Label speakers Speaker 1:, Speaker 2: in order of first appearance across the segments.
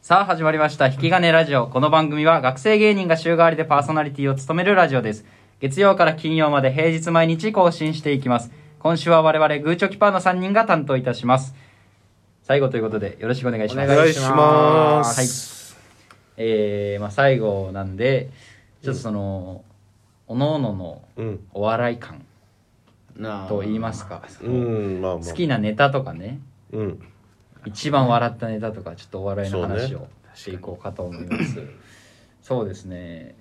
Speaker 1: さあ始まりました引き金ラジオこの番組は学生芸人が週替わりでパーソナリティを務めるラジオです月曜から金曜まで平日毎日更新していきます今週は我々グーチョキパーの3人が担当いたします最後ということでよろしくお願いします
Speaker 2: お願いしま
Speaker 1: はい
Speaker 2: す。
Speaker 1: えーまあ、最後なんでちょっとその、各々の
Speaker 2: うん。
Speaker 1: お笑い感
Speaker 3: なあ
Speaker 1: と言いますか、そうの
Speaker 2: ん、まあまあ。
Speaker 1: 好きなネタとかね
Speaker 2: うん。
Speaker 1: 一番笑ったネタとかちょっとお笑いの話
Speaker 2: そう
Speaker 1: をしていこうかと思いますそうですね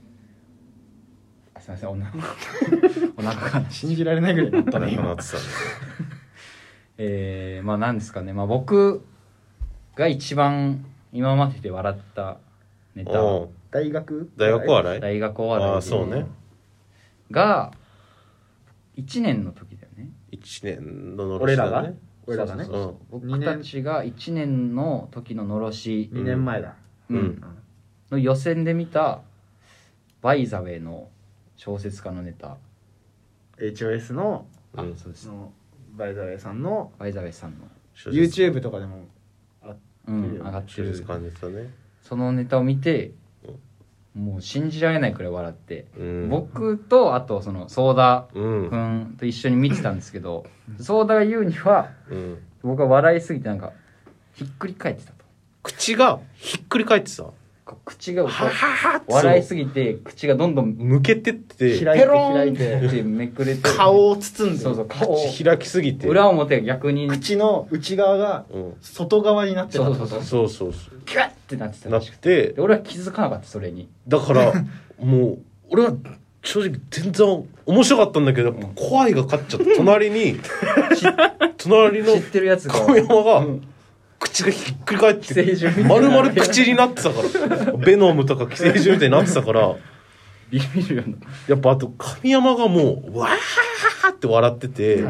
Speaker 1: あすいませんお腹 お腹が
Speaker 3: 信じられないぐらいになったね
Speaker 2: 今
Speaker 3: 今
Speaker 2: なってたね
Speaker 1: えー、まあ何ですかね、まあ、僕が一番今までで笑ったネタ
Speaker 2: うん
Speaker 3: 大学
Speaker 2: 大学笑い
Speaker 1: 大学終わり
Speaker 2: あーそうね
Speaker 1: が1年の時だよね
Speaker 2: 一年のの
Speaker 3: 俺らが
Speaker 2: ね
Speaker 3: 俺らがね
Speaker 1: そうそうそう
Speaker 3: うん
Speaker 1: 僕たちが1年の時ののろし、
Speaker 3: 2年前だ
Speaker 2: うん
Speaker 1: うんの予選で見たバイザウェイの小説家のネタ、
Speaker 3: HOS の
Speaker 2: うん
Speaker 1: そうで
Speaker 3: そのバイザウェイさんの
Speaker 1: バイザウェイさんの、
Speaker 2: 小説
Speaker 3: YouTube とかでも
Speaker 1: うん、
Speaker 3: いい
Speaker 1: 上
Speaker 3: よ
Speaker 1: がって
Speaker 2: 小説
Speaker 1: る
Speaker 2: 感じたね
Speaker 1: そのネタを見てもう信じられないくらい笑って、
Speaker 2: うん
Speaker 1: 僕とあとそのソーダ
Speaker 2: うん
Speaker 1: くんと一緒に見てたんですけどソーダが言うには
Speaker 2: うん
Speaker 1: 僕は笑いすぎてなんかひっくり返ってたと
Speaker 2: 口がひっくり返ってさ
Speaker 1: こう口がこう
Speaker 2: はははって
Speaker 1: 笑いす
Speaker 2: ぎ
Speaker 1: ぎて口がどんどん
Speaker 2: 向けてって
Speaker 3: 開い
Speaker 1: ペ
Speaker 3: て
Speaker 1: ロー
Speaker 3: 開
Speaker 1: ン
Speaker 3: い
Speaker 1: って
Speaker 3: て
Speaker 1: ってめくれて
Speaker 3: 顔を包んで
Speaker 1: そうそう顔を
Speaker 2: 開きすぎて
Speaker 1: 裏表が逆に
Speaker 3: 口の内側が
Speaker 2: うん
Speaker 3: 外側になってた
Speaker 1: そうそうそう
Speaker 2: そうそうそ
Speaker 1: ギュッてなってた
Speaker 2: うな
Speaker 1: ら
Speaker 2: っ
Speaker 1: しくて
Speaker 2: て
Speaker 1: で俺は気づかなかったそれに
Speaker 2: だからもう俺は正直全然面白かったんだけどやっぱ怖いが勝っちゃって隣に隣の
Speaker 1: 知ってるやつが
Speaker 2: 小山が、口がひっくり返っ
Speaker 1: 寄生獣
Speaker 2: て
Speaker 1: みたい
Speaker 2: 丸
Speaker 1: な
Speaker 2: 々口になってたからベノムとか寄生獣みたいになって たから
Speaker 1: ビビるような
Speaker 2: やっぱあと神山がもうわーって笑ってて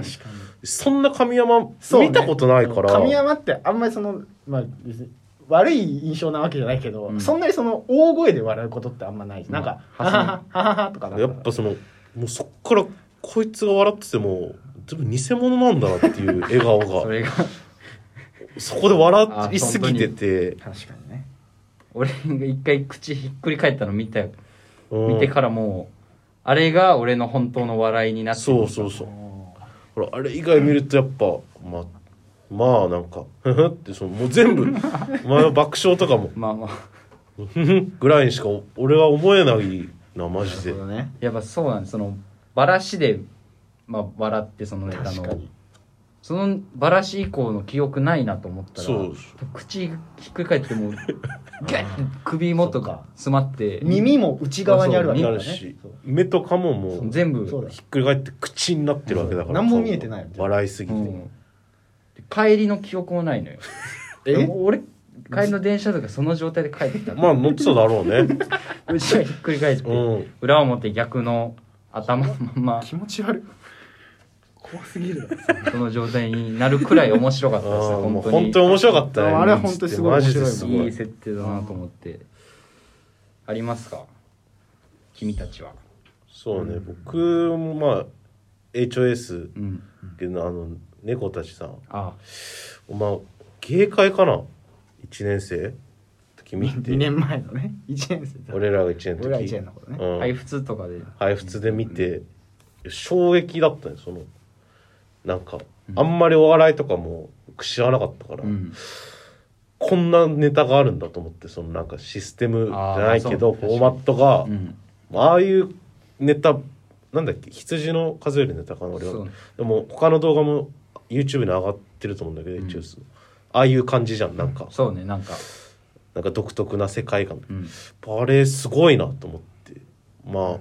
Speaker 2: そんな神山
Speaker 3: そうね
Speaker 2: 見たことないから、
Speaker 3: 神山ってあんまりそのまあ別に悪い印象なわけじゃないけど、
Speaker 1: うん
Speaker 3: そんなにその大声で笑うことってあんまない、なんか「
Speaker 1: うん
Speaker 3: はははははは」とかだ
Speaker 2: やっぱそのもうそっからこいつが笑ってても全部偽物なんだなっていう笑 顔
Speaker 1: そ
Speaker 2: が
Speaker 1: れが
Speaker 2: そこで笑いすぎてて、
Speaker 3: 確かにね
Speaker 1: 俺が一回口ひっくり返ったの見た
Speaker 2: うん
Speaker 1: 見てからもうあれが俺の本当の笑いになって
Speaker 2: そうそうそうほらあれ以外見るとやっぱまあまあなんか「ふふ」ってそのもう全部 お前の爆笑とかも
Speaker 1: まあまあ
Speaker 2: 「ふふ」ぐらいにしか俺は思えないなマジ
Speaker 3: な
Speaker 2: で
Speaker 3: るほどね
Speaker 1: やっぱそうなんですそのバラシでまあ笑ってそのネタ
Speaker 3: 確か
Speaker 1: の
Speaker 3: に
Speaker 1: そのバラシ以降の記憶ないなと思ったら
Speaker 2: そう
Speaker 1: 口ひっくり返ってもうギュッて首元が詰まって
Speaker 3: 耳も内側にあるわけ
Speaker 2: な
Speaker 3: だ
Speaker 2: る
Speaker 3: ね
Speaker 2: し
Speaker 3: そう
Speaker 2: 目とかももう
Speaker 1: 全部
Speaker 3: そうだ
Speaker 2: ひっくり返って口になってるわけだから
Speaker 3: 何も見えてないみたいな
Speaker 2: 笑いすぎ
Speaker 1: う
Speaker 2: て、
Speaker 1: んで帰りの記憶も ないのよ
Speaker 3: え
Speaker 1: でも俺帰りの電車とかその状態で帰ってきた
Speaker 2: まあ乗ってただろ うね
Speaker 1: あひっくり返って、
Speaker 2: うん
Speaker 1: 裏表逆の頭のまま
Speaker 3: 気持ち悪い怖すぎ る
Speaker 1: その状態になるくらい面白か
Speaker 2: あ
Speaker 1: ったです
Speaker 2: ーも
Speaker 1: 本
Speaker 2: う
Speaker 1: 当
Speaker 2: 本
Speaker 1: に
Speaker 2: 当に面白かったね
Speaker 3: あれは本当にすごい
Speaker 2: マジです
Speaker 3: 当
Speaker 2: ご
Speaker 1: い
Speaker 2: い
Speaker 1: い設定だなと思ってありますか君たちは
Speaker 2: そうね僕もまあ HOS
Speaker 1: うん
Speaker 2: っていうのはあの猫たちさん
Speaker 1: あ
Speaker 2: お前芸会かな1年生時見て
Speaker 3: 2年前のね1年生だ
Speaker 2: 俺らが1年の時
Speaker 3: 俺ら1年の頃ね
Speaker 2: うん
Speaker 1: あ配布通とかで
Speaker 2: 配布で見て衝撃だったねそのなんかあんまりお笑いとかも知らなかったから、
Speaker 1: うん
Speaker 2: こんなネタがあるんだと思ってそのなんかシステムじゃないけ
Speaker 1: あ
Speaker 2: ど
Speaker 1: ー
Speaker 2: フ
Speaker 1: そう
Speaker 2: ォーマットが
Speaker 1: うん
Speaker 2: ああいうネタなんだっけ羊の数えるネタかな俺
Speaker 1: そう
Speaker 2: はでも他の動画も YouTube に上がってると思うんだけど、HOS ああいう感じじゃんなんか
Speaker 1: そうねなんか
Speaker 2: なんか独特な世界観
Speaker 1: うん
Speaker 2: あれすごいなと思ってまあ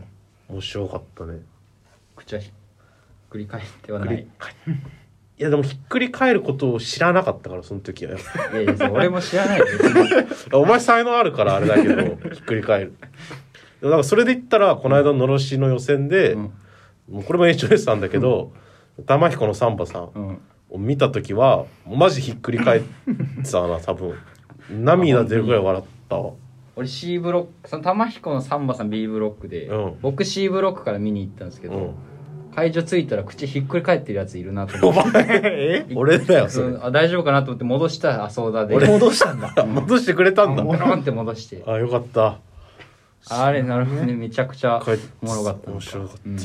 Speaker 2: 面白かったね
Speaker 1: 口はひっくり返っては
Speaker 2: ひっ
Speaker 1: な
Speaker 2: く
Speaker 1: い
Speaker 2: り返 いやでもひっくり返ることを知らなかったからその時は
Speaker 1: いやいやそう俺も知らないよ別に
Speaker 2: お前才能あるからあれだ けどひっくり返るでもなんかそれで言ったらこの間ののろしの予選で、
Speaker 1: うん
Speaker 2: もうこれも HOS さんだけど、玉彦のサンバさん
Speaker 1: うん
Speaker 2: を見た時はマジひっくり返ってたな多分涙出るぐらい笑ったわ
Speaker 1: 俺 C ブロックその玉彦のサンバさん B ブロックで、
Speaker 2: うん
Speaker 1: 僕 C ブロックから見に行ったんですけ
Speaker 2: う
Speaker 1: ど、
Speaker 2: ん
Speaker 1: 会場着いたら口ひっくり返ってるやついるなと
Speaker 2: お
Speaker 1: 思って
Speaker 2: 前 俺だよそれ
Speaker 1: うんあ大丈夫かなと思って戻したらソーダで
Speaker 2: 俺
Speaker 1: ポ
Speaker 3: 戻したんだ
Speaker 2: 戻してくれたんだ
Speaker 1: ロンって戻して
Speaker 2: あよかった
Speaker 1: あれなるほどねめちゃくちゃ
Speaker 2: 帰っ
Speaker 1: おもろかったの
Speaker 2: 面
Speaker 1: か
Speaker 2: 白かった
Speaker 1: うん
Speaker 2: ね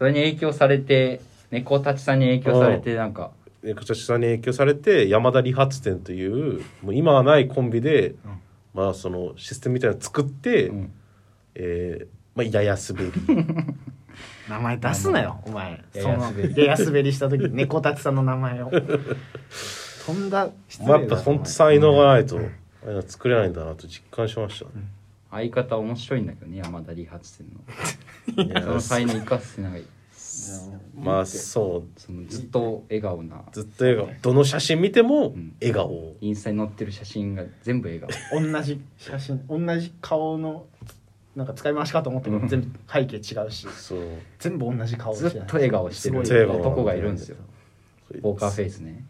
Speaker 1: それに影響されて猫たちさんに影響されてなんか
Speaker 2: 今年さんに影響されて山田理髪店というもう今はないコンビで、まあそのシステムみたいなの作って、
Speaker 1: うん
Speaker 2: えーまあ、やや 滑り
Speaker 3: 名前出すなよお前
Speaker 1: や
Speaker 3: その
Speaker 1: やすべり
Speaker 3: ややすべりした時に猫たちさんの名前をとんだ失礼
Speaker 2: ま
Speaker 3: だ
Speaker 2: あやっぱ本当才能がないと、ああいうの作れないんだなと実感しました、
Speaker 1: 相方面白いんだけどね山田理髪店
Speaker 2: いや
Speaker 1: のその才能生かすなんか
Speaker 2: まあそう
Speaker 1: そのずっと笑顔な
Speaker 2: ずっと笑顔どの写真見ても
Speaker 1: ん
Speaker 2: 笑顔、
Speaker 1: インスタに載ってる写真が全部笑顔
Speaker 3: 同じ写真同じ顔のなんか使い回しかと思ったけど全部背景違うし
Speaker 2: そう
Speaker 3: 全部同じ顔
Speaker 1: ずっと笑顔してる
Speaker 2: すごい
Speaker 1: 男がいるんですよポーカーフェイスね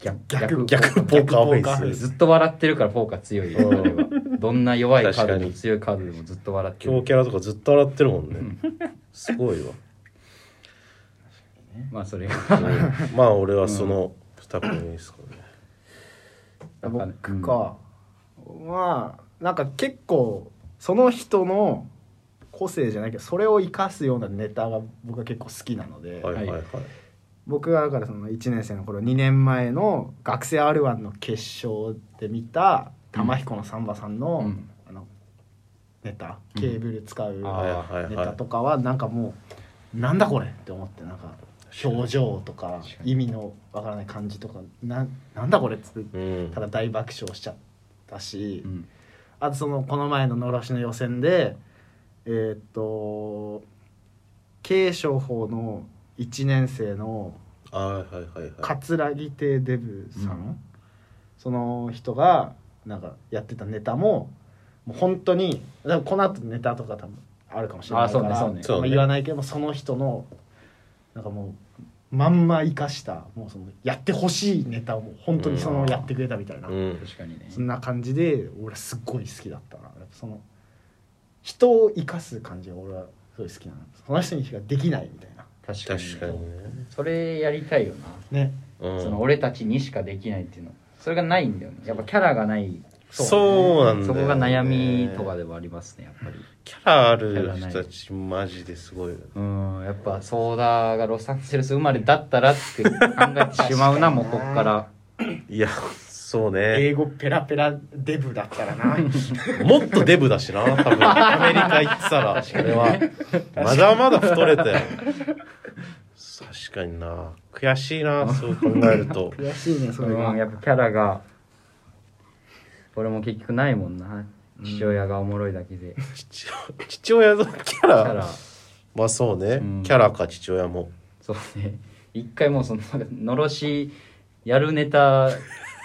Speaker 3: 逆
Speaker 2: 逆ポーカーフェイス
Speaker 1: ずっと笑ってるからポーカー強いよ
Speaker 2: うん
Speaker 1: あれはどんな弱いカード
Speaker 2: 確
Speaker 1: で
Speaker 2: か
Speaker 1: も
Speaker 2: に
Speaker 1: 強いカードでもずっと笑って
Speaker 2: 強
Speaker 1: る
Speaker 2: キャラとかずっと笑ってるもんねすごいわ
Speaker 1: まあそれが
Speaker 2: まあ俺はその2組ですかね、
Speaker 3: 僕か、まあなんか結構その人の個性じゃないけどそれを生かすようなネタが僕は結構好きなので、
Speaker 2: はいはいはい、
Speaker 3: 僕がだからその1年生の頃2年前の学生 r 1の決勝で見た玉彦のサンバさんの,、
Speaker 1: うん
Speaker 3: あのネタ
Speaker 1: うん
Speaker 3: ケーブル使うネ
Speaker 1: あ
Speaker 2: はいはい
Speaker 3: タ
Speaker 2: は
Speaker 3: とかはなんかもうなんだこれって思ってなんか表情とか
Speaker 1: 確かに
Speaker 3: 意味のわからない感じとかななんだこれっつって
Speaker 2: い、うん
Speaker 3: ただ大爆笑しちゃったし、
Speaker 1: うん
Speaker 3: あとそのこの前ののろしの予選でえーっと慶商法の1年生の
Speaker 2: はいはいはいはい
Speaker 3: 葛城亭デブさん、
Speaker 1: うん
Speaker 3: その人がなんかやってたネタももう本当にだからこの後ネタとか多分あるかもしれないから
Speaker 1: あそうね
Speaker 2: そうね
Speaker 3: まあ言わないけどもその人のなんかもうまんま生かしたもうそのやってほしいネタをもう本当にそのやってくれたみたいな。
Speaker 2: うん
Speaker 1: 確かにね
Speaker 3: そんな感じで俺すっごい好きだったなやっぱその人を生かす感じが俺はすごい好きなのその人にしかできないみたいな
Speaker 1: 確かに
Speaker 2: 確かにね、
Speaker 1: それやりたいよな
Speaker 3: ね
Speaker 2: うん、
Speaker 1: その俺たちにしかできないっていうのそれがないんだよねやっぱキャラがない
Speaker 2: そうなんだよね
Speaker 1: そこが悩みとかではありますねやっぱり
Speaker 2: キャラある人たちマジですごいよね
Speaker 1: うんやっぱソーダがロサンゼルス生まれだったらって考えてしまうなもうこっから
Speaker 2: いやそうね
Speaker 3: 英語ペラペラデブだったら な
Speaker 2: もっとデブだしな多分アメリカ行ってたらそれはまだまだ太れたよ確かにな悔しいなそう考える と
Speaker 3: 悔しいねそれが、
Speaker 1: うんやっぱキャラが俺も結局ないもんな父親がおもろいだけで、キ
Speaker 2: 父父親のキャラ
Speaker 1: ャラ
Speaker 2: まあそうね、
Speaker 1: うん
Speaker 2: キャラか父親も
Speaker 1: そうね一回もうそののろしやるネタ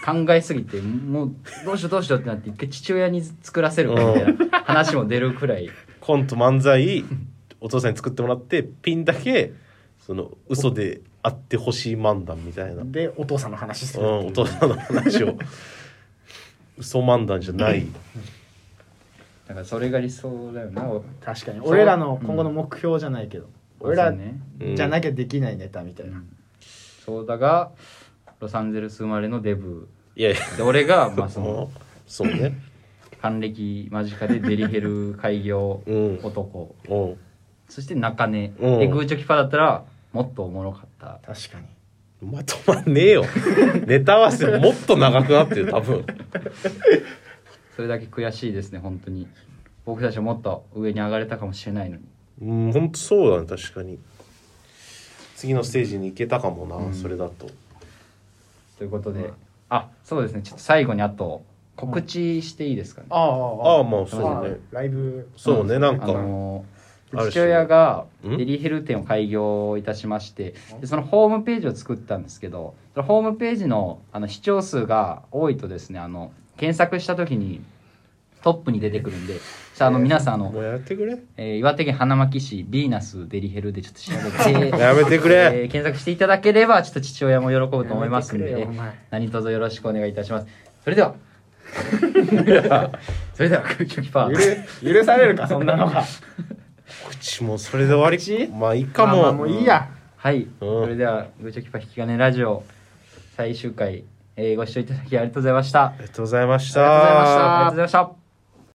Speaker 1: 考えすぎてもうどうしようどうしようってなって一回父親に作らせるかみたいな話も出るくらい
Speaker 2: コント漫才お父さんに作ってもらってピンだけその嘘であってほしい漫談みたいな
Speaker 3: でお父さんの話す
Speaker 2: う
Speaker 3: るってい
Speaker 2: ん、お父さんの話を嘘漫談じゃない、
Speaker 1: だからそれが理想だよな
Speaker 3: 確かに俺らの今後の目標じゃないけど、俺ら
Speaker 2: うん
Speaker 3: じゃなきゃできないネタみたいな、
Speaker 1: そうだがロサンゼルス生まれのデブ
Speaker 2: いやいや
Speaker 1: で俺がまあその
Speaker 2: もうそうね
Speaker 1: 還暦間近でデリヘル開業
Speaker 2: うん
Speaker 1: 男
Speaker 2: うん
Speaker 1: そして中根
Speaker 2: うん
Speaker 1: でグーチョキパーだったらもっとおもろかった
Speaker 3: 確かに
Speaker 2: まとまんねえよネタ合わせもっと長くなってる多分
Speaker 1: それだけ悔しいですね本当に僕たちはもっと上に上がれたかもしれないのに
Speaker 2: うん本当そうだね確かに次のステージに行けたかもな、それだと
Speaker 1: ということで、あそうですねちょっと最後にあと告知していいですかね、
Speaker 3: ああ
Speaker 2: ああ
Speaker 3: あ
Speaker 2: まあそうね
Speaker 3: ライブ
Speaker 2: そうねなんか、
Speaker 1: あの
Speaker 2: ある種
Speaker 1: 父親が
Speaker 2: うん
Speaker 1: デリヘル店を開業いたしましてでそのホームページを作ったんですけどそのホームページのあの視聴数が多いとですねあの検索した時にトップに出てくるんでさああの皆さんあ
Speaker 2: も
Speaker 1: の、
Speaker 2: うやってくれ
Speaker 1: えー岩手県花巻市ヴィーナスデリヘルでちょっと調べ て
Speaker 2: やめてくれ
Speaker 1: えー検索していただければちょっと父親も喜ぶと思いますん
Speaker 3: やめて
Speaker 1: で
Speaker 3: くれよお前
Speaker 1: 何卒よろしくお願いいたしますそれで はそれでは空気キパー
Speaker 3: 許許されるかそんなのが
Speaker 2: ちもうそれで終わ
Speaker 3: こっ
Speaker 2: り
Speaker 3: ち
Speaker 2: まあいいか
Speaker 3: まあまあ
Speaker 2: も
Speaker 3: もういいや、
Speaker 1: はい、それでは「ぐーちょきぱ引き金ラジオ」最終回、えーご視聴いただきありがとうございましたあり
Speaker 2: ありがとうございました
Speaker 3: ありがとうございました
Speaker 1: がとうございました